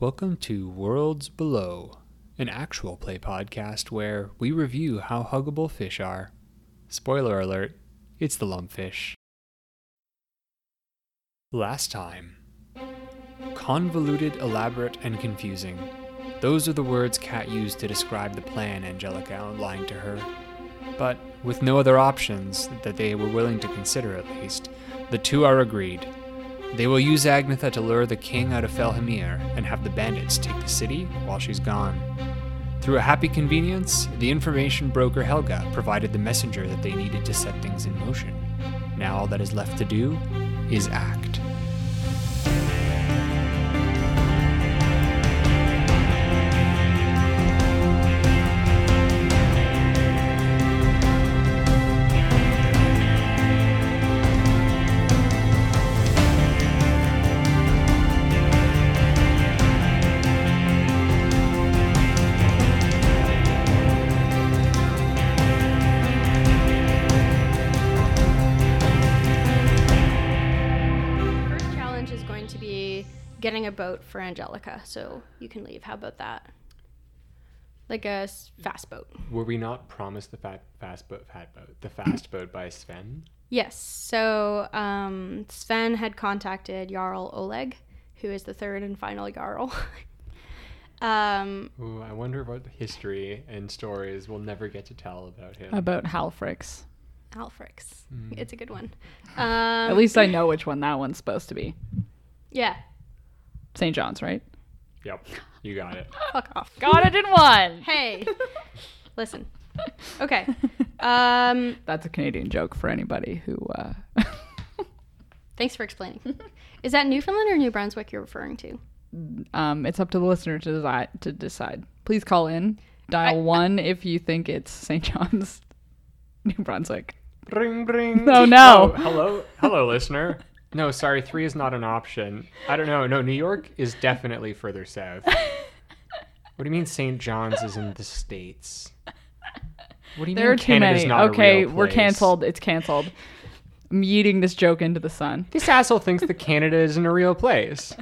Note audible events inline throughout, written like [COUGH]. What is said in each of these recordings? Welcome to Worlds Below, an actual play podcast where we review how huggable fish are. Spoiler alert, it's the lumpfish. Last time. Convoluted, elaborate, and confusing. Those are the words Kat used to describe the plan Angelica outlined to her. But with no other options that they were willing to consider, at least, the two are agreed. They will use Agnatha to lure the king out of Felhemir and have the bandits take the city while she's gone. Through a happy convenience, the information broker Helga provided the messenger that they needed to set things in motion. Now all that is left to do is act. First challenge is going to be getting a boat for Angelica, so you can leave. How about that? Like a s- fast boat. Were we not promised the fat, fast boat, fat boat, the fast boat by Sven? Yes. So um, Sven had contacted Jarl Oleg, who is the third and final Jarl. [LAUGHS] um, Ooh, I wonder what history and stories we'll never get to tell about him. about Halfrix. Alfrix. It's a good one. Um, At least [LAUGHS] I know which one that one's supposed to be. Yeah. St. John's, right? Yep, you got it. Fuck off. Got it in one. Hey. [LAUGHS] Listen. Okay. Um, That's a Canadian joke for anybody who. Uh... [LAUGHS] thanks for explaining. [LAUGHS] Is that Newfoundland or New Brunswick you're referring to? um, it's up to the listener to decide. To decide. Please call in. Dial one if you think it's St. John's, [LAUGHS] New [LAUGHS] Brunswick. Ring, ring. Oh, [LAUGHS] no. Oh, hello, hello, listener. No, sorry, three is not an option. I don't know. No, New York is definitely further [LAUGHS] south. What do you mean St. John's is in the states? What do you There are mean too Canada's many. not a okay, real we're place? canceled. It's canceled. I'm yeeting this joke into [LAUGHS] the sun. This asshole thinks that Canada isn't a real place.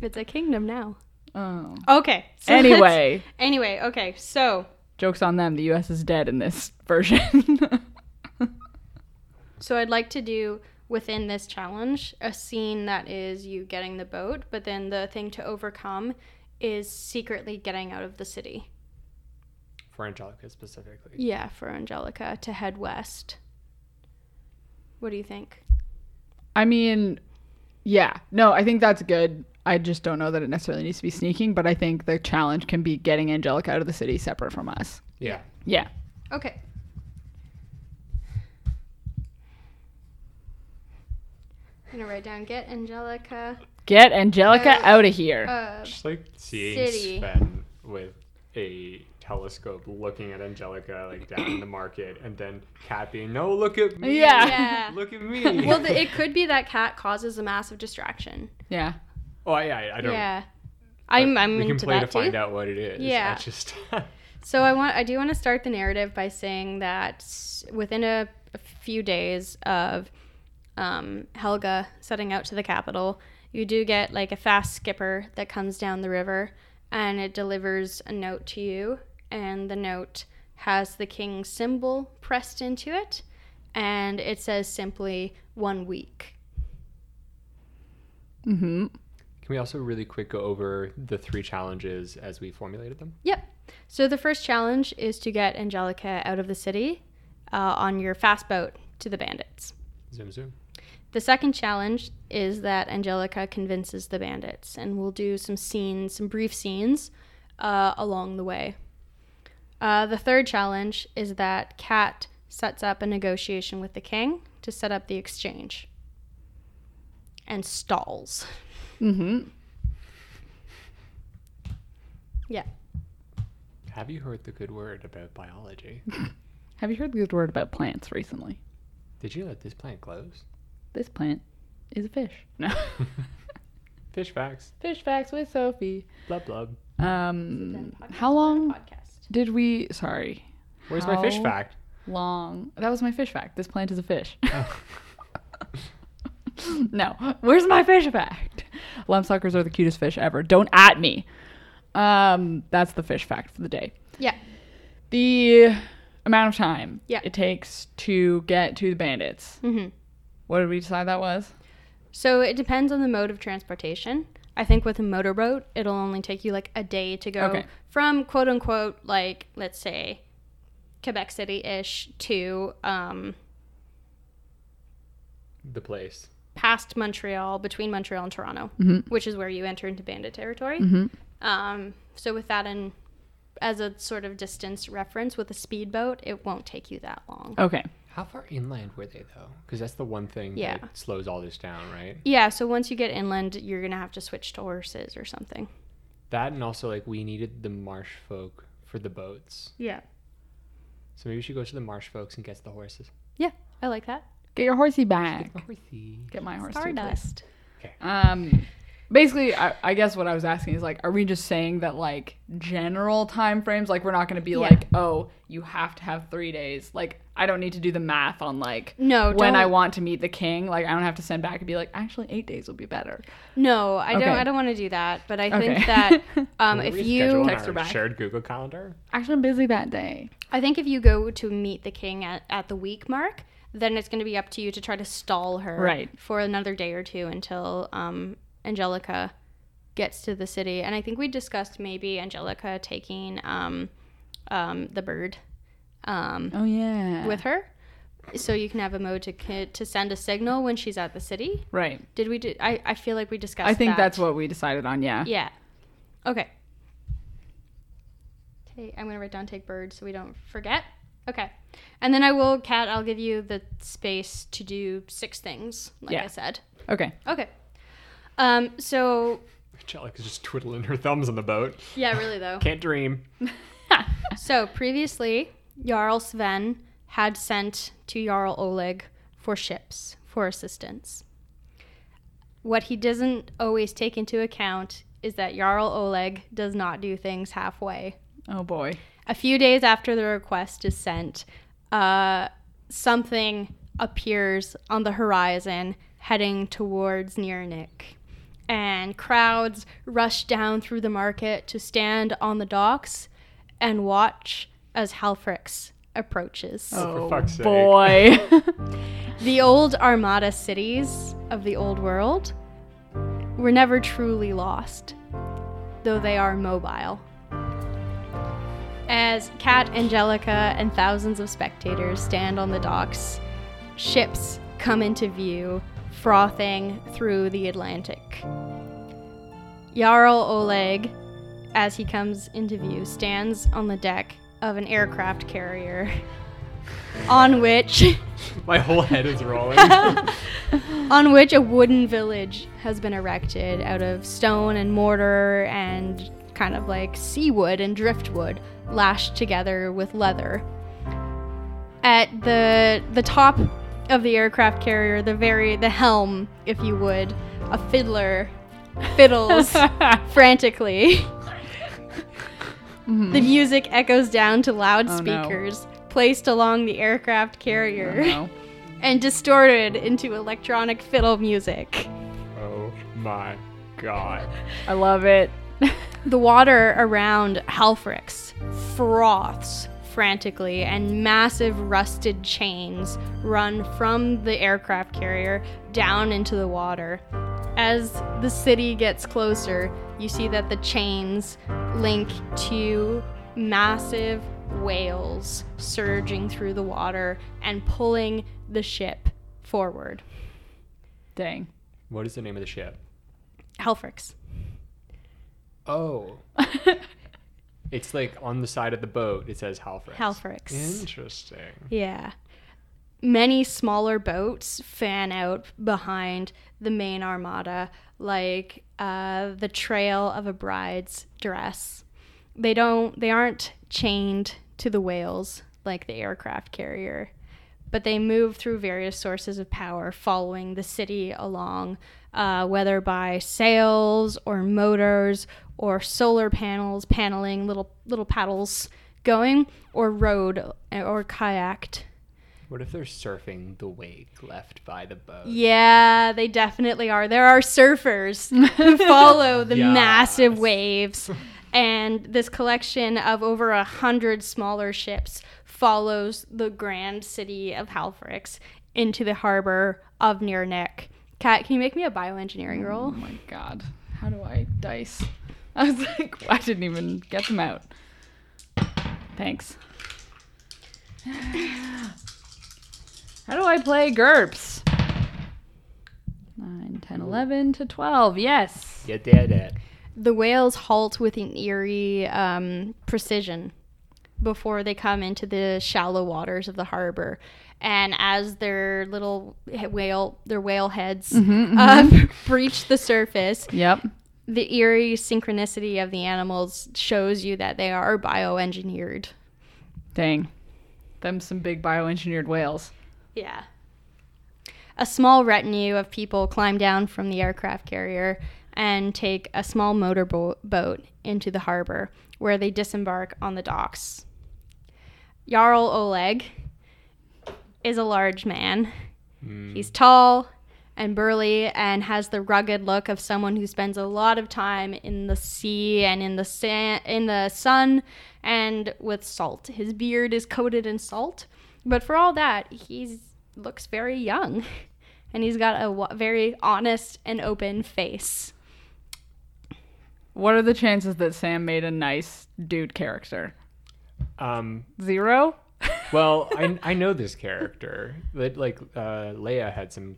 It's a kingdom now. Oh. Okay. so let's- Anyway, [LAUGHS] Anyway, okay. So, jokes on them. The U.S. is dead in this version. [LAUGHS] so I'd like to do within this challenge a scene that is you getting the boat, but then the thing to overcome is secretly getting out of the city. For Angelica specifically. Yeah, for Angelica to head west. What do you think? I mean, yeah. No, I think that's good. I just don't know that it necessarily needs to be sneaking, but I think the challenge can be getting Angelica out of the city separate from us. Yeah. Yeah. Okay. I'm gonna write down get Angelica Get Angelica Uh, out of here. uh, Just like seeing City. Sven with a telescope looking at Angelica like down in the market and then Cat being, No, look at me. Yeah. [LAUGHS] Yeah. Look [LAUGHS] at me. Well, the, it could be that cat causes a massive distraction. yeah. Oh, yeah, I, I don't. Yeah. but I'm I'm we can into play that to too. find out what it is. Yeah. I just [LAUGHS] So I want I do want to start the narrative by saying that s- within a, a few days of um, Helga setting out to the capital, you do get like a fast skipper that comes down the river and it delivers a note to you and the note has the king's symbol pressed into it and it says simply one week. Mm-hmm. can we also really quick go over the three challenges as we formulated them? Yep. So the first challenge is to get Angelica out of the city uh, on your fast boat to the bandits. Zoom zoom. The second challenge is that Angelica convinces the bandits, and we'll do some scenes, some brief scenes uh, along the way. Uh, the third challenge is that Kat sets up a negotiation with the king to set up the exchange and stalls. Mm-hmm. Yeah. Have you heard the good word about biology? Have you heard the good word about plants recently? Did you let this plant close? This plant is a fish. No. [LAUGHS] Fish facts. fish facts with Sophie. Blub blub. Um, how long Podcast. did we? Sorry. Where's my fish How fact? [LAUGHS] Long. That was my fish fact. This plant is a fish. no. Where's my fish fact? Lump suckers are the cutest fish ever. Don't at me. Um, that's the fish fact for the day. Yeah. The amount of time Yeah. it takes to get to the bandits. hmm What did we decide that was? So it depends on the mode of transportation. I think with a motorboat, it'll only take you like a day to go Okay. from quote unquote, like, let's say Quebec City ish to um, The place. past Montreal, between Montreal and Toronto, Mm-hmm. which is where you enter into bandit territory. Um, so with that in as a sort of distance reference with a speedboat, it won't take you that long. Okay. How far inland were they though? Because that's the one thing Yeah. that slows all this down, right? Yeah, so once you get inland, you're gonna have to switch to horses or something. That and also like we needed the marsh folk for the boats. Yeah. So maybe we should go to the marsh folks and get the horses. Yeah, I like that. Get your horsey back. Horsey. Get my horse. too, please. Stardust. Um, basically, I, I guess what I was asking is like, are we just saying that like general time frames? Like, we're not going to be Yeah. like, oh, you have to have three days. Like, I don't need to do the math on like No, when I don't- want to meet the king. Like, I don't have to send back and be like, actually, eight days will be better. No, I don't. Okay. I don't want to do that. But I Okay. think [LAUGHS] that um, if Maybe we schedule you, on Text her our back. shared Google calendar. Actually, I'm busy that day. I think if you go to meet the king at, at the week mark, then it's going to be up to you to try to stall her Right. for another day or two until um, Angelica gets to the city. And I think we discussed maybe Angelica taking um, um, the bird um, Oh yeah. with her, so you can have a mode to ki- to send a signal when she's at the city. right. Did we? Do, I I feel like we discussed. I think that. that's what we decided on. Yeah. Yeah. Okay. Take, I'm gonna write down take bird so we don't forget. Okay. And then I will, Kat, I'll give you the space to do six things, like Yeah. I said. Okay. Okay. Um, so Angelica's just twiddling her thumbs on the boat. yeah, really though. [LAUGHS] Can't dream. So previously, Jarl Sven had sent to Jarl Oleg for ships for assistance. What he doesn't always take into account is that Jarl Oleg does not do things halfway. Oh boy. a few days after the request is sent, uh, something appears on the horizon heading towards Nirnik. And crowds rush down through the market to stand on the docks and watch as Halfrix approaches. for oh fuck's sake. boy. The old Armada cities of the old world were never truly lost, though they are mobile. As Kat, Angelica, and thousands of spectators stand on the docks, ships come into view, frothing through the Atlantic. Jarl Oleg, as he comes into view, stands on the deck of an aircraft carrier on which My whole head is [LAUGHS] rolling. on which a wooden village has been erected out of stone and mortar and kind of like seawood and driftwood lashed together with leather. At the the top of the aircraft carrier, the very the helm, if you would, a fiddler fiddles frantically. The music echoes down to loudspeakers placed along the aircraft carrier [LAUGHS] no. and distorted into electronic fiddle music. oh my god. I love it. The water around Halfrix froths frantically, and massive rusted chains run from the aircraft carrier down into the water. As the city gets closer, you see that the chains link to massive whales surging through the water and pulling the ship forward. [LAUGHS] Dang. What is the name of the ship? Halfrix. Oh. [LAUGHS] it's like on the side of the boat. It says Halfrix. Halfrix. Interesting. Yeah. Many smaller boats fan out behind the main armada, like uh, the trail of a bride's dress. They don't. They aren't chained to the whales like the aircraft carrier, but they move through various sources of power, following the city along, uh, whether by sails or motors or solar panels, paneling little little paddles going, or rowed or kayaked. What if they're surfing the wake left by the boat? Yeah, they definitely are. There are surfers who follow the massive Yes. waves, and this collection of over a hundred smaller ships follows the grand city of Halfrix into the harbor of Near Neck. Kat, can you make me a bioengineering Oh roll? my god. How do I dice? [LAUGHS] I was like, I didn't even get them out. Thanks. [SIGHS] How do I play GURPS? 9, 10, 11 to 12. Yes. You did it. The whales halt with an eerie um, precision before they come into the shallow waters of the harbor. And as their little he- whale, their whale heads um, [LAUGHS] breach the surface, Yep. the eerie synchronicity of the animals shows you that they are bioengineered. Dang. Them some big bioengineered whales. Yeah. A small retinue of people climb down from the aircraft carrier and take a small motorboat boat into the harbor, where they disembark on the docks. Jarl Oleg is a large man. He's tall and burly and has the rugged look of someone who spends a lot of time in the sea and in the sand, in the sun and with salt. His beard is coated in salt, but for all that, he looks very young [LAUGHS] and he's got a wa- very honest and open face. What are the chances that Sam made a nice dude character? Um, Zero? well, I, I know this character. That like uh, Leia had some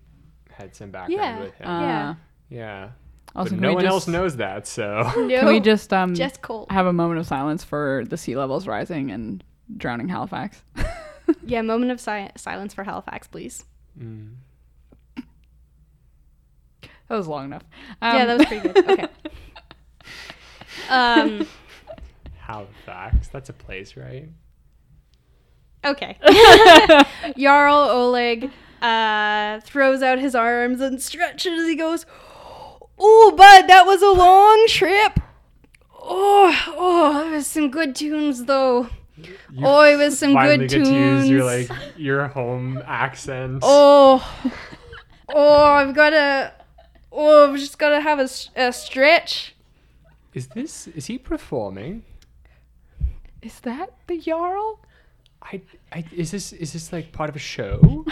had some background Yeah. with him. Yeah. yeah. uh, Also, but can no we one just- else knows that, [LAUGHS] so No, Can we just um just cold. have a moment of silence for the sea levels rising and drowning Halifax. [LAUGHS] Yeah, moment of si- silence for Halifax, please. That was long enough. yeah, Um, that was [LAUGHS] pretty good. Okay. um, Halifax. That's a place, right? okay. Jarl Oleg uh, throws out his arms and stretches. He goes, "Oh, bud, that was a long trip. Oh, oh, it was some good tunes though. You Oh, it was some finally good get tunes. to use your like your home accent. oh, oh, I've got to. Oh, I've just got to have a, s- a stretch. Is this is he performing? Is that the Jarl? I, I is this is this like part of a show?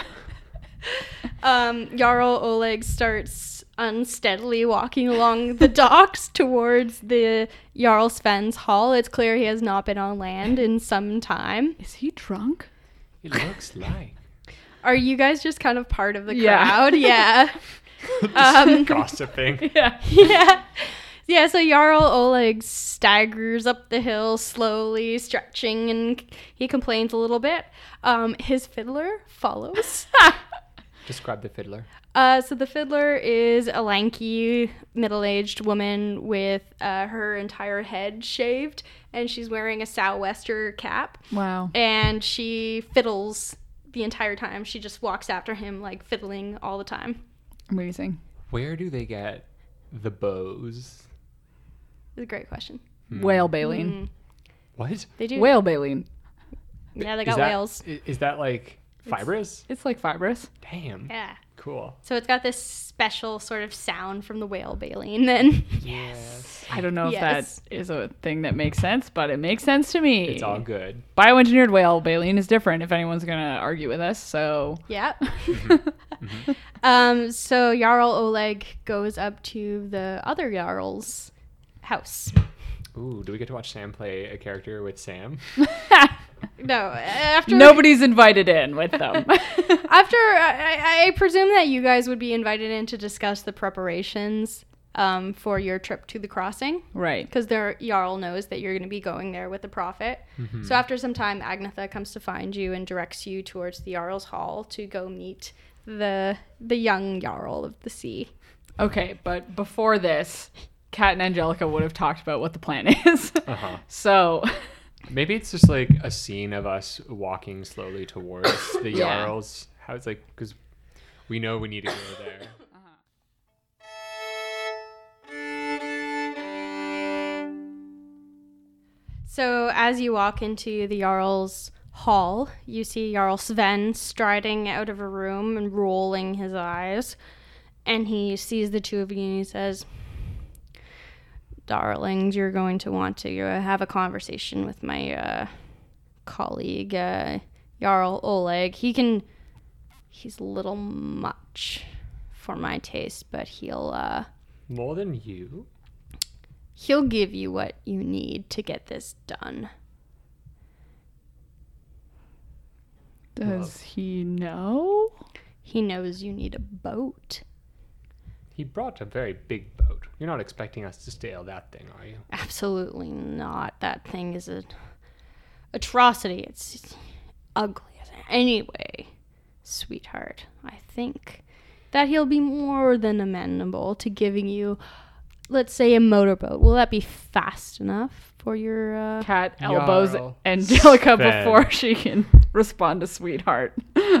um, Jarl Oleg starts unsteadily walking along the docks [LAUGHS] towards the Jarl Sven's hall. It's clear he has not been on land in some time. Is he drunk? It looks [LAUGHS] like Are you guys just kind of part of the Yeah. crowd? Yeah. [LAUGHS] um, gossiping. Yeah. yeah. Yeah, so Jarl Oleg staggers up the hill slowly, stretching, and he complains a little bit. Um, his fiddler follows. Describe the fiddler. Uh, so the fiddler is a lanky middle-aged woman with uh, her entire head shaved, and she's wearing a sou'wester cap, Wow. and she fiddles the entire time. She just walks after him like fiddling all the time. Amazing. Where do they get the bows? It's a great question. Whale baleen. Mm. What? They do. Whale baleen. Yeah, they Is got that- whales. i- Is that like fibrous? It's like fibrous. Damn. Yeah. Cool. So it's got this special sort of sound from the whale baleen. Then Yes. I don't know if Yes. that is a thing that makes sense, but it makes sense to me. It's all good. Bioengineered whale baleen is different if anyone's going to argue with us. So, [LAUGHS] Yep. [LAUGHS] um, so Jarl Oleg goes up to the other Jarl's house. Ooh, do we get to watch Sam play a character with [LAUGHS] Sam? No, after [LAUGHS] nobody's invited in [LAUGHS] with them. after I, I- I presume that you guys would be invited in to discuss the preparations um, for your trip to the crossing right. because their Jarl knows that you're going to be going there with the prophet. So after some time, Agnetha comes to find you and directs you towards the Jarl's hall to go meet the the young Jarl of the sea. Okay, but before this, Kat and Angelica would have talked about what the plan [LAUGHS] is. Uh-huh. So, Maybe it's just like a scene of us walking slowly [COUGHS] towards the Yeah. Jarl's house, like because we know we need to go there. So as you walk into the Jarl's hall, you see Jarl Sven striding out of a room and rolling his eyes. And he sees the two of you and he says, Darlings, you're going to want to uh, have a conversation with my uh, colleague, uh, Jarl Oleg. He can. He's a little much for my taste, but he'll. Uh, More than you? He'll give you what you need to get this done. Does he know? He knows you need a boat. He brought a very big boat. You're not expecting us to steal that thing, are you? Absolutely not. That thing is an atrocity. It's, it's ugly. Anyway, sweetheart, I think that he'll be more than amenable to giving you, let's say, a motorboat. Will that be fast enough for your. Uh... Cat elbows Jarl Angelica Sven. before she can [LAUGHS] respond to sweetheart. [LAUGHS]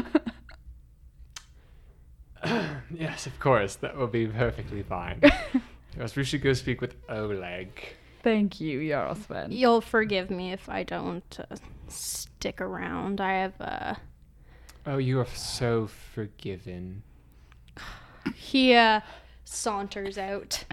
Yes, of course. That will be perfectly [LAUGHS] fine. yes, we should go speak with Oleg. Thank you, Jarl Sven. You'll forgive me if I don't uh, stick around. I have. Uh... Oh, you are so forgiven. He uh, saunters out.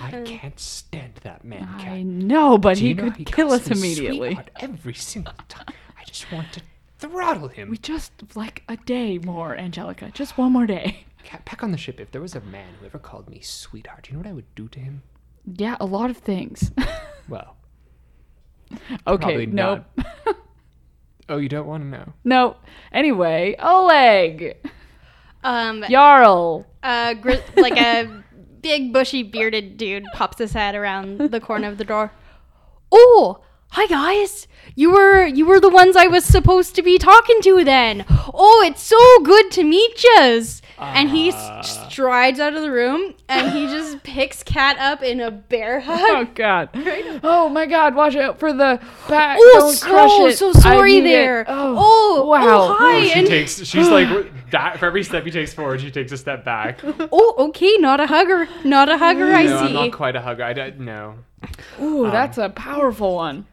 I can't stand that man, Cat. Uh, I know, but Do you he know could how he kill calls us me immediately. sweetheart Every single time. I just want to throttle him. We just like a day more, Angelica. Just one more day. Cat, back on the ship. If there was a man who ever called me sweetheart, you know what I would do to him? Yeah, a lot of things. [LAUGHS] Well, okay, probably nope. not. Oh, you don't want to know. Nope. Anyway, Oleg, Um, Jarl. uh, gri- like a big bushy bearded dude pops his head around the corner of the door. Oh, hi guys! You were you were the ones I was supposed to be talking to then. Oh, it's so good to meet yous. and he Ah. s- strides out of the room and [LAUGHS] he just picks Cat up in a bear Oh [LAUGHS] hug. God. Oh my God. Watch out for the back. Oh, Don't so- crush it. so I sorry need it. there. Oh, Oh, wow. oh, hi. She And- takes. She's like [GASPS] that. For every step he takes forward, she takes a step back. [LAUGHS] No, Oh, okay, not a hugger, not a hugger. I see. I'm not quite a hugger. I don't know. Ooh, that's a powerful one.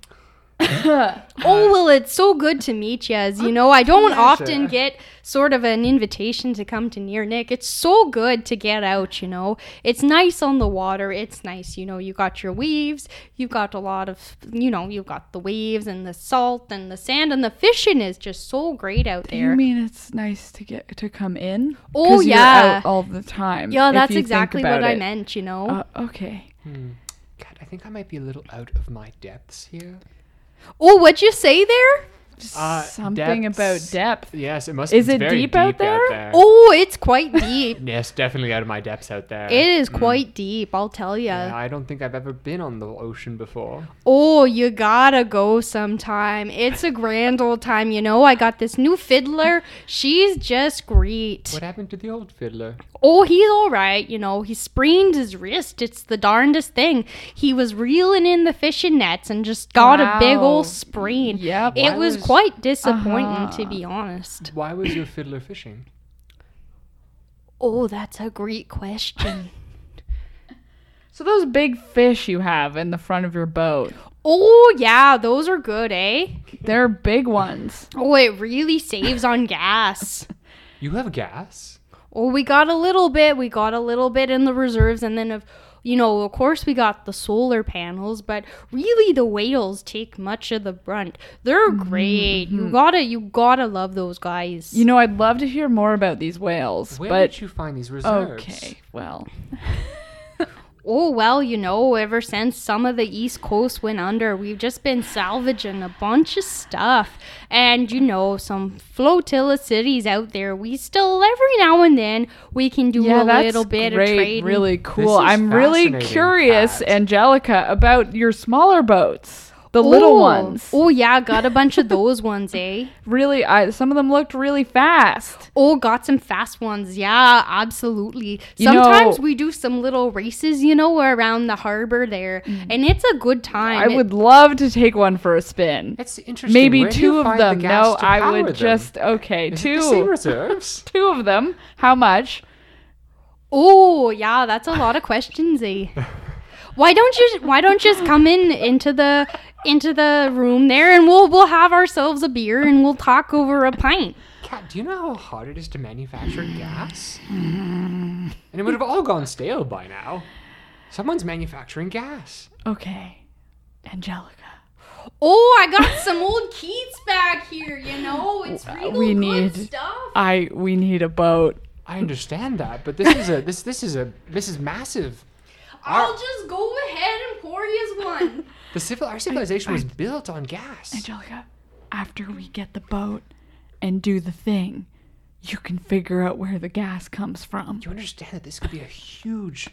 Uh, Oh well, it's so good to meet you. As you [LAUGHS] know, I don't often pleasure. get sort of an invitation to come to near Nick. It's so good to get out. You know, it's nice on the water. It's nice. You know, you got your waves. You've got a lot of. You know, you've got the waves and the salt and the sand and the fishing is just so great out You there. mean it's nice to get to come in? Oh, 'Cause you're yeah. out all the time. Yeah, if that's you think exactly what about I it. meant. You know. Uh, okay. Cat, I think I might be a little out of my depths here. oh, what'd you say [LAUGHS] there? Uh, Something depths. about depth. Yes, it must. Is it's it very deep out there? Oh, it's quite [LAUGHS] deep. Yes, definitely out of my depths out there. it is Mm. quite deep. I'll tell you. Yeah, I don't think I've ever been on the ocean before. Oh, you gotta go sometime. It's a grand old time, you know. I got this new fiddler. She's just great. What happened to the old fiddler? Oh, he's all right, you know. He sprained his wrist. It's the darndest thing. He was reeling in the fishing nets and just got a big Wow. old sprain. Yep. It Why was, was- quite disappointing, to Uh-huh. be honest. Why was your fiddler fishing? [LAUGHS] Oh, that's a great question. So those big fish you have in the front of your boat, [LAUGHS] oh, yeah, those are good, eh? they're big ones. Oh, it really saves on gas. You have gas? Well, we got a little bit. We got a little bit in the reserves, and then of you know, of course, we got the solar panels. But really, the whales take much of the brunt. They're great. You gotta, you gotta love those guys. Mm-hmm. You know, I'd love to hear more about these whales, Where but did you find these reserves? okay. Well, oh well, you know, ever since some of the East Coast went under, we've just been salvaging a bunch of stuff, and you know, some flotilla cities out there. We still every now and then we can do yeah, a that's little bit great, of trading. really cool. is I'm really fascinating, curious, Kat. Angelica, about your smaller boats, the little Oh. ones. Oh yeah, got a bunch of those [LAUGHS] ones, eh? Really, I some of them looked really fast. Oh, got some fast ones. Yeah, absolutely. You Sometimes know- we do some little races, you know, around the harbor there, and it's a good time. Mm. I It- would love to take one for a spin. That's interesting. Maybe Where do you two of find the them. gas No, to I power would them? just okay, Is it the same two. [LAUGHS] reserves? Two of them. How much? Oh, yeah, [LAUGHS] that's a lot of questions, eh? Why don't you why don't you just come in into the into the room there and we'll we'll have ourselves a beer and we'll talk over a pint. Cat, do you know how hard it is to manufacture gas? And Mm. it would have all gone stale by now. Someone's manufacturing gas. Okay, Angelica. Oh, I got some old Keats back here, you know. It's real we good need- stuff. I we need a boat. I understand that, but this is a this this is a this is massive. I'll just go ahead and pour you one. The civil our civilization was built on gas. Angelica, after we get the boat and do the thing, you can figure out where the gas comes from. You understand that this could be a huge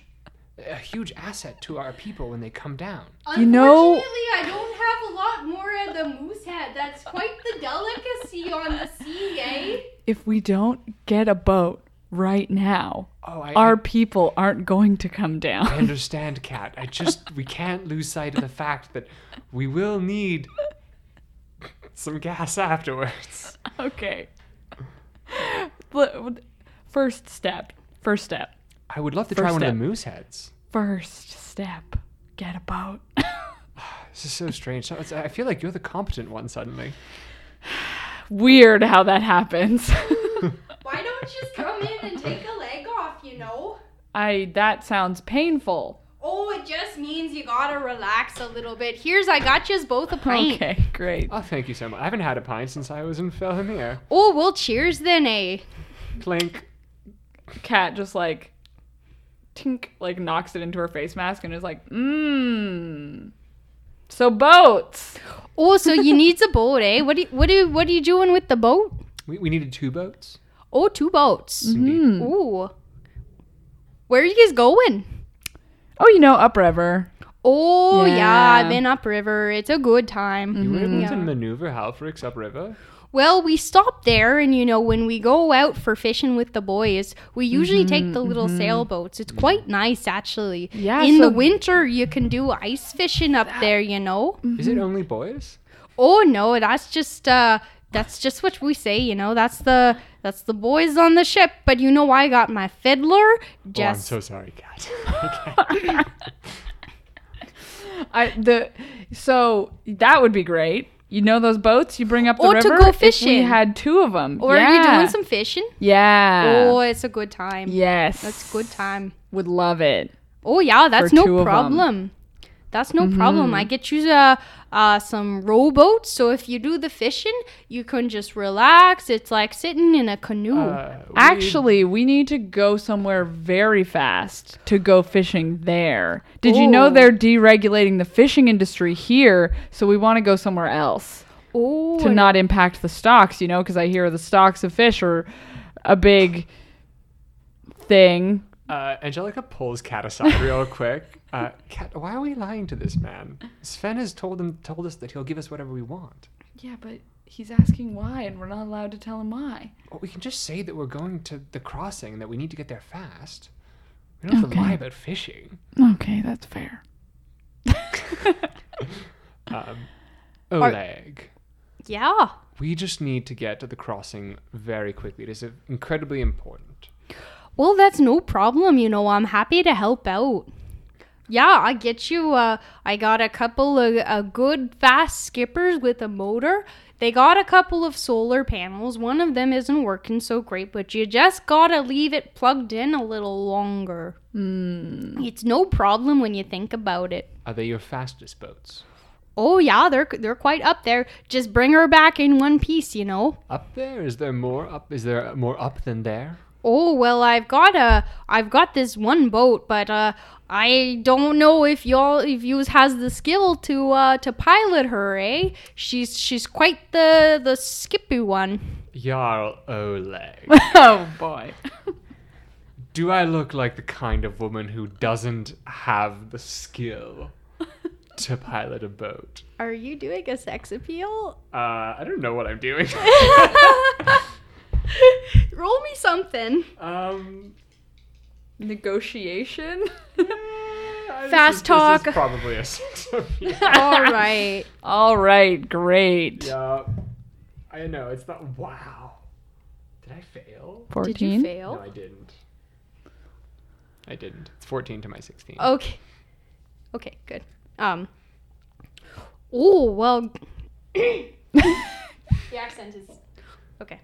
a huge asset to our people when they come down. [LAUGHS] You know- Unfortunately, I don't have a lot more of the moose head. That's quite the delicacy on the sea, eh? If we don't get a boat right now, Oh, I, our people aren't going to come I down. understand, Cat. I just we can't lose sight of the fact that we will need some gas afterwards. [LAUGHS] okay. But- First step. First step. I would love to try First one of step. the moose heads. First step. Get a boat. [LAUGHS] This is so strange. So it's- I feel like you're the competent one suddenly. Weird how that happens. [LAUGHS] Why don't you just come in and take a leg off, you know? I that sounds painful. Oh, it just means you gotta relax a little bit. Here's, I got you both a pint. Okay, great. Oh, thank you so much. I haven't had a pint since I was in Felhamir. Oh, well, cheers then, eh? Clink. Cat just like tink like knocks it into her face mask and is like, mmm. So boats. Oh, so you needs a boat, eh? What do you, what do what are you doing with the boat? We, we needed two boats. Oh, two boats. Mm. Indeed. Hmm. Ooh, where are you guys going? Oh, you know, upriver. Oh yeah, I've Yeah. Mm. been upriver. It's a good time. You were able Yeah. to maneuver Halfrix upriver. Well, we stop there, and you know, when we go out for fishing with the boys, we usually take the little sailboats. It's quite nice, actually. Mm-hmm, Yeah, In the so- winter, you can do ice fishing up there. You know. Mm. Is it only boys? Oh no, that's just uh, that's just what we say. You know, that's the that's the boys on the ship. But you know, I got my fiddler. Oh, I'm Just so sorry, Cat. [LAUGHS] I the so that would be great. You know those boats you bring up the Or to river. go If we fishing. had two of them. or yeah. are you doing some fishing? Yeah. oh, it's a good time. yes. That's good time. Would love it. Oh yeah, that's two no of 'em. Mm-hmm. problem. That's no problem. I get you uh, uh, some rowboats, so if you do the fishing, you can just relax. It's like sitting in a canoe. Uh, we- Actually, we need to go somewhere very fast to go fishing there. Did you know Oh. they're deregulating the fishing industry here? So we want to go somewhere else oh, to not impact the stocks, you know, because I hear the stocks of fish are a big thing. Uh, Angelica pulls Cat aside [LAUGHS] real quick. Uh, Cat, why are we lying to this man? Sven has told him told us that he'll give us whatever we want. Yeah, but he's asking why, and we're not allowed to tell him why. Well, we can just say that we're going to the crossing and that we need to get there fast. We don't have to lie Okay. about fishing. Okay, that's fair. [LAUGHS] Um, Oleg, yeah. we just need to get to the crossing very quickly. It is uh, incredibly important. Well, that's no problem. You know, I'm happy to help out. Yeah, I get you. Uh, I got a couple of uh, good, fast skippers with a motor. They got a couple of solar panels. One of them isn't working so great, but you just gotta leave it plugged in a little longer. It's no problem when you think about it. Are they your fastest boats? Oh yeah, they're they're quite up there. Just bring her back in one piece, you know. Up there? Is there more up? Is there more up than there? Oh well, I've got a, I've got this one boat, but uh, I don't know if y'all, if yous has the skill to uh, to pilot her, eh? She's she's quite the the skippy one. Jarl Oleg. oh boy. Do I look like the kind of woman who doesn't have the [LAUGHS] skill to pilot a boat? Are you doing a sex [LAUGHS] appeal? Uh, I don't know what I'm [LAUGHS] doing. Roll me something. um, Negotiation. I- Fast this is- talk. This is probably [LAUGHS] a All right. [LAUGHS] All right, great. Yeah. I know, it's not. Wow. Did I fail? Did you No, fail? I didn't. I Oh. didn't. It's 14 to my 16. Okay. Okay. Good. Um. Oh, well. the accent is. Okay.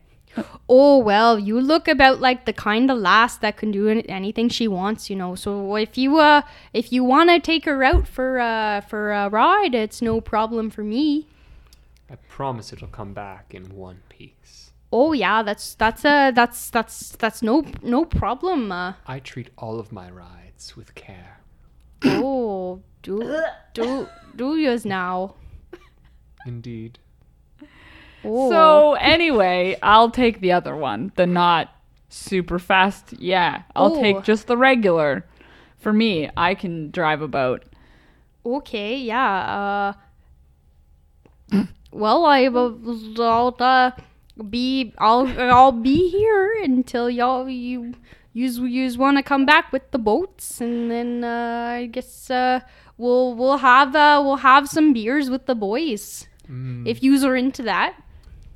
Oh, well, you look about like the kind of lass that can do an- anything she wants, you know. So if you, uh, if you want to take her out for, uh, for a ride, it's no problem for me. I promise it'll come back in one piece. Oh yeah, that's that's uh that's that's that's no no problem. Uh, I treat all of my rides with care. oh, do do do yours now. Indeed. Oh. So anyway, I'll take the other one, the not super fast. Yeah, I'll Ooh. take just the regular. For me, I can drive a boat. Okay, yeah. Uh, well, I will I'll, uh, be I'll I'll be here until y'all you use use want to come back with the boats, and then uh, I guess uh, we'll we'll have uh, we'll have some beers with the boys Mm. if yous are into that.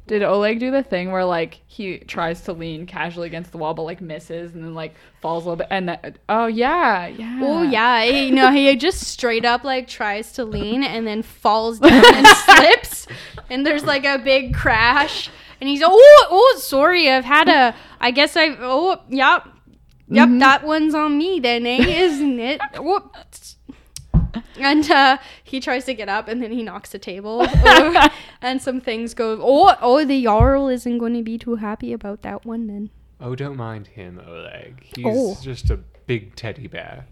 Did Oleg do the thing where like he tries to lean casually against the wall but like misses and then like falls a little bit and that, oh yeah yeah Oh yeah, [LAUGHS] he, no, he just straight up like tries to lean and then falls down [LAUGHS] and slips, and there's like a big crash, and he's oh oh sorry, I've had a, I guess I oh yep, yep that one's on me then, eh, isn't [LAUGHS] it? Whoops. And uh, he tries to get up, and then he knocks a [LAUGHS] table, over, and some things go. Oh, oh, the jarl isn't going to be too happy about that one then. Oh, don't mind him, Oleg. He's Oh. just a big teddy bear.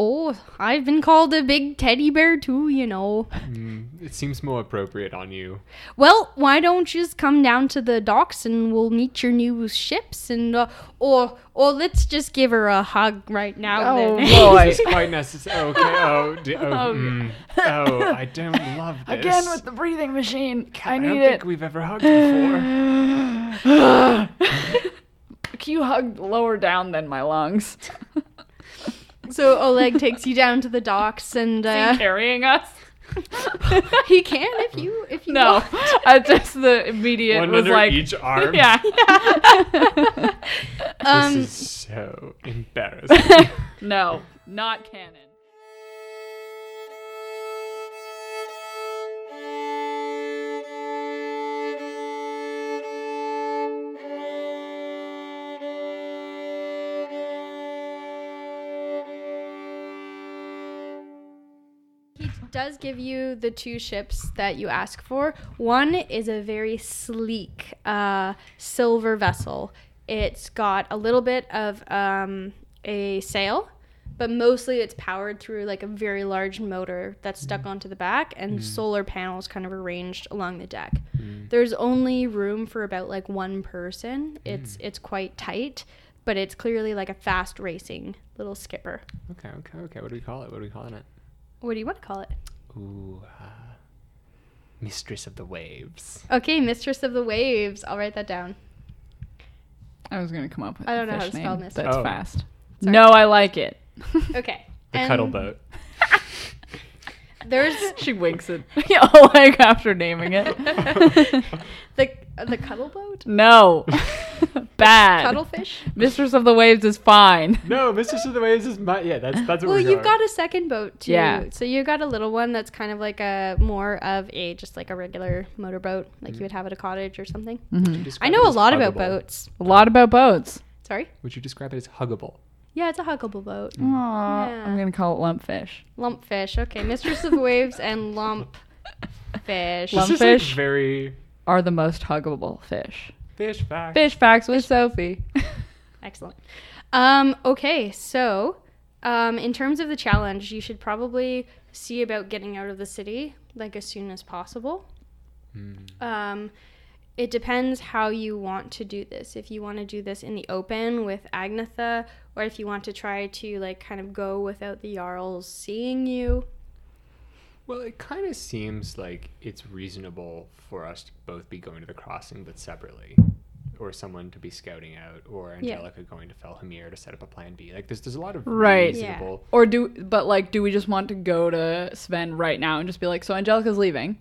Oh, I've been called a big teddy bear too, you know. Mm, it seems more appropriate on you. Well, why don't you just come down to the docks and we'll meet your new ships and uh, or or let's just give her a hug right now. Oh, then. boy. This is quite necessary. Oh, okay. Oh, d- oh, mm. [LAUGHS] oh, I don't love this. again with the breathing machine I I don't need think it we've ever hugged [SIGHS] before. can [LAUGHS] you hug lower down than my lungs [LAUGHS] [LAUGHS] so Oleg takes you down to the docks and uh, carrying us [LAUGHS] he can if you if you [LAUGHS] no want. I just the immediate One was under like [LAUGHS] each arm. [LAUGHS] yeah Um, This is so embarrassing. [LAUGHS] [LAUGHS] no not canon He does give you the two ships that you ask for. One is a very sleek uh, silver vessel. It's got a little bit of um, a sail, but mostly it's powered through like a very large motor that's stuck onto the back and solar panels kind of arranged along the deck. There's only room for about like one person. It's it's quite tight, but it's clearly like a fast racing little skipper. okay, okay, okay. What do we call it? What are we calling it? What do you want to call it? Ooh, uh, mistress of the waves. Okay, Mistress of the Waves. I'll write that down. I was gonna come up with I a don't know how fish to spell name this. that's Oh. fast no I like it Okay. The and cuddle boat. [LAUGHS] There's [LAUGHS] She winks [LAUGHS] at Oleg after naming it. the the cuddle boat? [LAUGHS] no. Bad. Cuddlefish? Mistress of the Waves is fine. No, mistress of the waves is my. Yeah, that's that's what Well, we're you've going. got a second boat too. Yeah. So you got a little one that's kind of like a more of a just like a regular motorboat, like you would have at a cottage or something. Mm. Would you describe I it know a as lot about huggable? boats. A lot about boats. Sorry. Would you describe it as huggable? Yeah, it's a huggable boat. Aww, I'm Yeah. gonna call it lumpfish. Lumpfish. Okay, Mistress of the Waves [LAUGHS] and Lumpfish. Lump- This is, like, Lumpfish. very Are the most huggable fish. fish back. Fish facts with Sophie. [LAUGHS] Excellent. Um, okay, so um, in terms of the challenge, you should probably see about getting out of the city like as soon as possible. Hmm. Um, it depends how you want to do this. If you want to do this in the open with Agnetha, or if you want to try to like kind of go without the Jarls seeing you. Well, it kind of seems like it's reasonable for us to both be going to the crossing, but separately, or someone to be scouting out, or Yeah. Angelica going to Felhamir to set up a plan B. Like there's there's a lot of Right. Yeah. reasonable. Or do but like do we just want to go to Sven right now and just be like, so Angelica's leaving.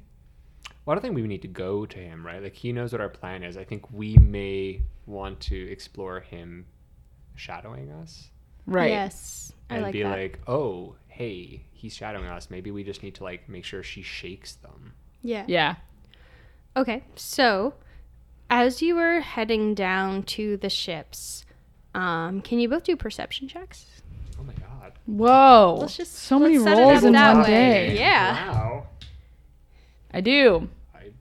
Well, I don't think we need to go to him, right? Like he knows what our plan is. I think we may want to explore him shadowing us Right. Yes. I and like be that. like, oh, hey, he's shadowing us. Maybe we just need to like make sure she shakes them. Yeah. Yeah. Okay, so as you were heading down to the ships, um, can you both do perception checks? Oh my god. Whoa. Let's just- so many let's set it rolls up in that one way. day. Yeah. Wow. I do. I,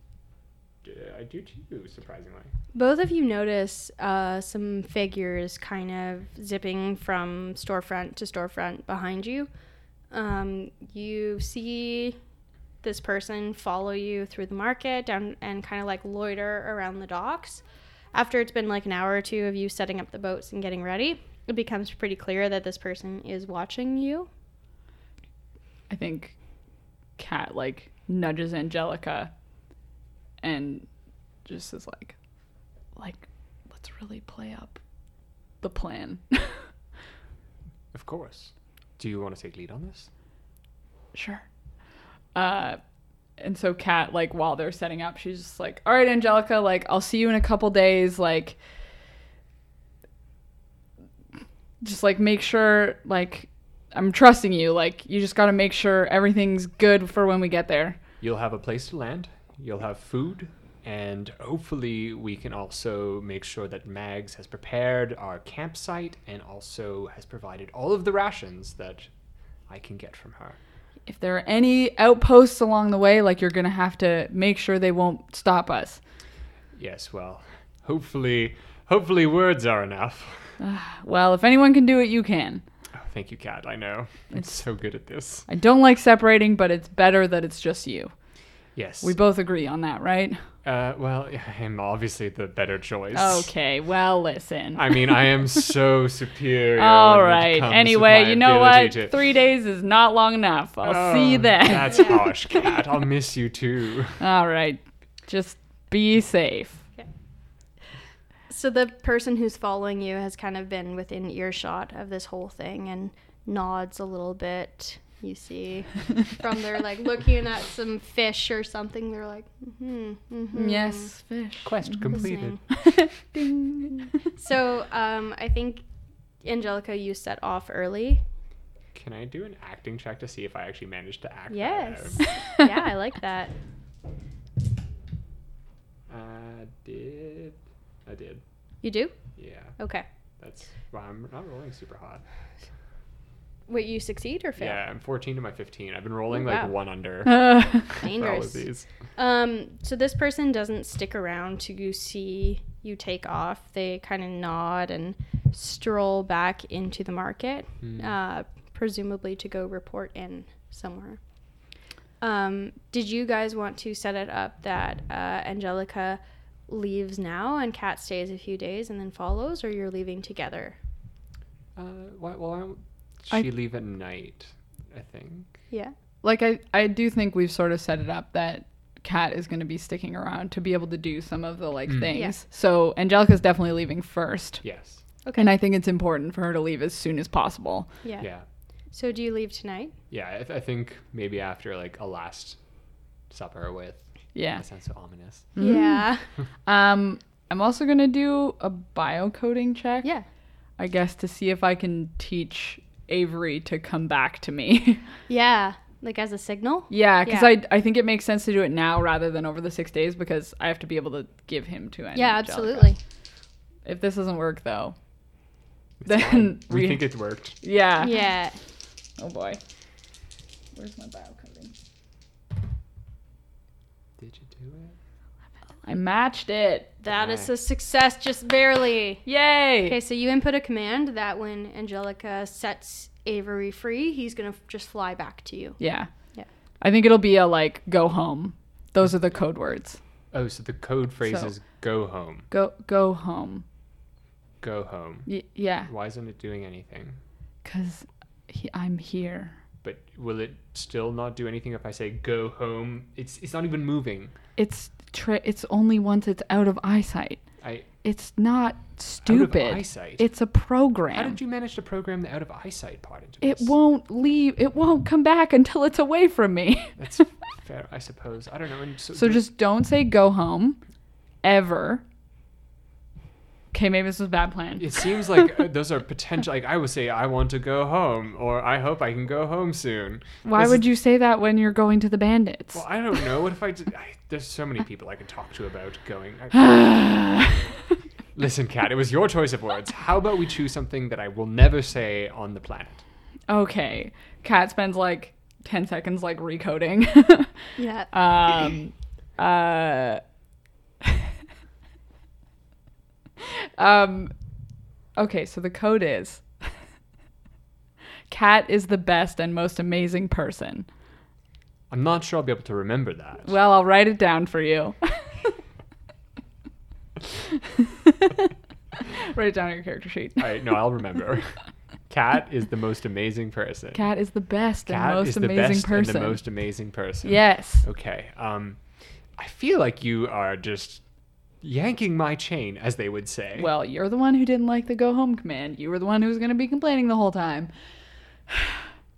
I do too, surprisingly. Both of you notice uh, some figures kind of zipping from storefront to storefront behind you. Um, you see this person follow you through the market down and kind of like loiter around the docks. After it's been like an hour or two of you setting up the boats and getting ready, it becomes pretty clear that this person is watching you. I think Kat like nudges Angelica and just is like like let's really play up the plan. [LAUGHS] Of course. Do you want to take lead on this? sure. Uh and so Kat, like while they're setting up, she's just like, All right, Angelica, like I'll see you in a couple days, like just like make sure like I'm trusting you, like you just gotta make sure everything's good for when we get there. You'll have a place to land, you'll have food, and hopefully we can also make sure that Mags has prepared our campsite and also has provided all of the rations that I can get from her. if there are any outposts along the way, like you're gonna have to make sure they won't stop us. Yes, well, hopefully, hopefully words are enough. [LAUGHS] Well, if anyone can do it, you can. Oh, thank you, Kat. I know. I'm so good at this. I don't like separating, but it's better that it's just you. Yes. We both agree on that, right? uh, well, [LAUGHS] I'm obviously the better choice. Okay. Well, listen. I mean, I am [LAUGHS] so superior. All when it right. comes to Anyway, my you know ability to- what? Three days is not long enough. I'll see you Oh, then. That's harsh, Kat. I'll miss you too. [LAUGHS] All right. Just be safe. So the person who's following you has kind of been within earshot of this whole thing and nods a little bit. You see, from their like looking at some fish or something, they're like, hmm mm-hmm. Yes, fish. Quest [LAUGHS] completed. [LAUGHS] So um, I think Angelica, you set off early. Can I do an acting check to see if I actually managed to act? that Yes. out? yeah, I like that. I did. I did. You do? Yeah. Okay. That's. Well, I'm not rolling super hot. Wait, you succeed or fail? Yeah, I'm 14 to my 15. I've been rolling Oh, like wow. one under. [LAUGHS] Uh, for all of Dangerous. these. Um, so this person doesn't stick around to see you take off. They kind of nod and stroll back into the market, uh, presumably to go report in somewhere. Um, did you guys want to set it up that uh, Angelica leaves now and Kat stays a few days and then follows, or you're leaving together? Uh, why, well, why don't I- she leave at night? I think. Yeah. like I, I do think we've sort of set it up that Kat is going to be sticking around to be able to do some of the like things. Yeah. So Angelica's definitely leaving first. Yes. Okay. And I think it's important for her to leave as soon as possible. Yeah. Yeah. So do you leave tonight? Yeah. I, th- I think maybe after like a last supper with. Yeah. That sounds so ominous. Mm-hmm. Yeah. Um I'm also going to do a biocoding check. Yeah. I guess to see if I can teach Avery to come back to me. [LAUGHS] Yeah. Like as a signal? yeah, cuz Yeah. I I think it makes sense to do it now rather than over the 6 days because I have to be able to give him to Angelica. Yeah, [LAUGHS] absolutely. If this doesn't work though, It's Then [LAUGHS] fine. we, we- think it worked. yeah. Yeah. Oh boy. Where's my biocoding? Did you do it? I matched it. That is a success, just barely. Yay! Okay, so you input a command that when Angelica sets Avery free, he's gonna f- just fly back to you. Yeah. Yeah. I think it'll be a like go home. Those are the code words. Oh, so the code phrase So- is "go home, Go go home. go home." Y- yeah. Why isn't it doing anything? Cuz he, I'm here. But will it still not do anything if I say "go home"? It's it's not even moving. It's tra- it's only once it's out of eyesight. I It's not stupid. eyesight? It's a program. how did you manage to program the out of eyesight part into it this? won't leave. It won't come back [LAUGHS] until it's away from me. [LAUGHS] That's fair, I suppose. I don't know. And so, So do- just don't say go home ever. okay, maybe this was a bad plan. It seems like uh, those are potential. Like I would say, I want to go home, or I hope I can go home soon. Why This would you say that when you're going to the bandits? Well, I don't know. What if I, did, I? There's so many people I could talk to about going. [LAUGHS] I- Listen, Kat, it was your choice of words. How about we choose something that I will never say on the planet? [SIGHS] okay. Kat spends like 10 seconds like recoding. [LAUGHS] Yeah. um, uh, um, okay, so the code is [LAUGHS] Kat is the best and most amazing person. I'm not sure I'll be able to remember that. Well, I'll write it down for you. [LAUGHS] write it down on your character sheet. All right, no, I'll [LAUGHS] remember. Kat is the most amazing person. Kat is the best and Kat most is the amazing best person. and the most amazing person. yes. Okay. Um, I feel like you are just yanking my chain, as they would say. Well, you're the one who didn't like the go home command. You were the one who was going to be complaining the whole time.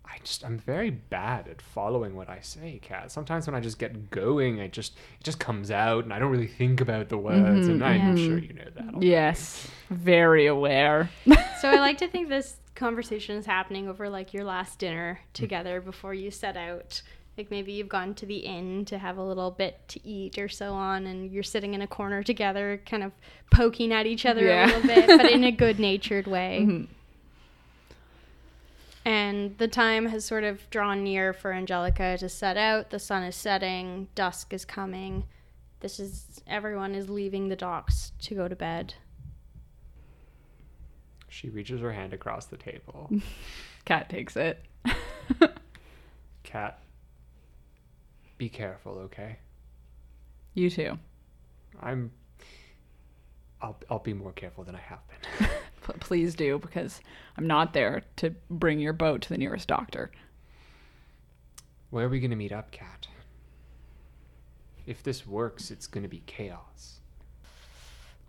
I just I'm very bad at following what I say, Kat. Sometimes when I just get going, I just it just comes out, and I don't really think about the words. and I'm sure you know that. Yes. Very aware. so I like to think this conversation is happening over like your last dinner together before you set out. Like maybe you've gone to the inn to have a little bit to eat or so on, and you're sitting in a corner together, kind of poking at each other Yeah. a little bit, but in a good natured way. And the time has sort of drawn near for Angelica to set out. The sun is setting, dusk is coming. This is everyone is leaving the docks to go to bed. She reaches her hand across the table. Kat takes it. Kat, be careful, okay? You too. I'm. I'll I'll be more careful than I have been. P- please do, because I'm not there to bring your boat to the nearest doctor. Where are we gonna meet up, Kat? If this works, it's gonna be chaos.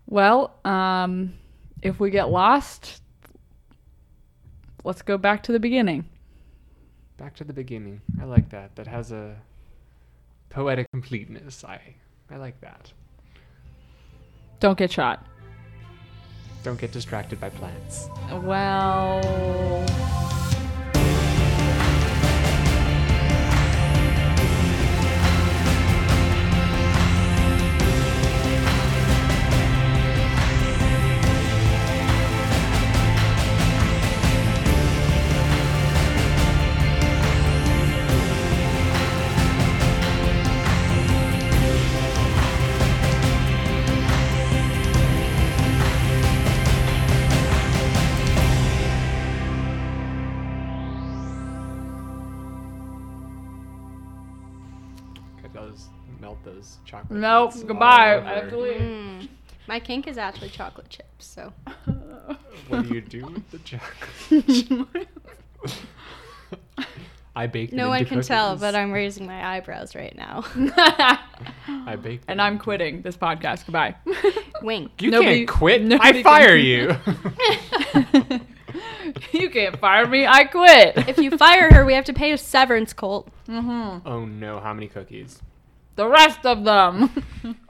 Well, um, if we get lost, let's go back to the beginning. Back to the beginning. I like that. That has a poetic completeness. I I like that. Don't get shot. Don't get distracted by plants. Well. Could those melt those chocolate? Nope. chips all Goodbye. over. I have to leave. Mm. My kink is actually chocolate chips, so [LAUGHS] What do you do [LAUGHS] with the chocolate? [LAUGHS] I baked. them no one into can tell, cookies. but I'm raising my eyebrows right now. [LAUGHS] I baked. [LAUGHS] and them I'm into- quitting this podcast. Goodbye. [LAUGHS] Wink. You Nobody- can't quit. nobody I can- fire [LAUGHS] you. you can't fire me. I quit. If you fire her, we have to pay a severance, Colt. oh no! How many cookies? The rest of them. [LAUGHS]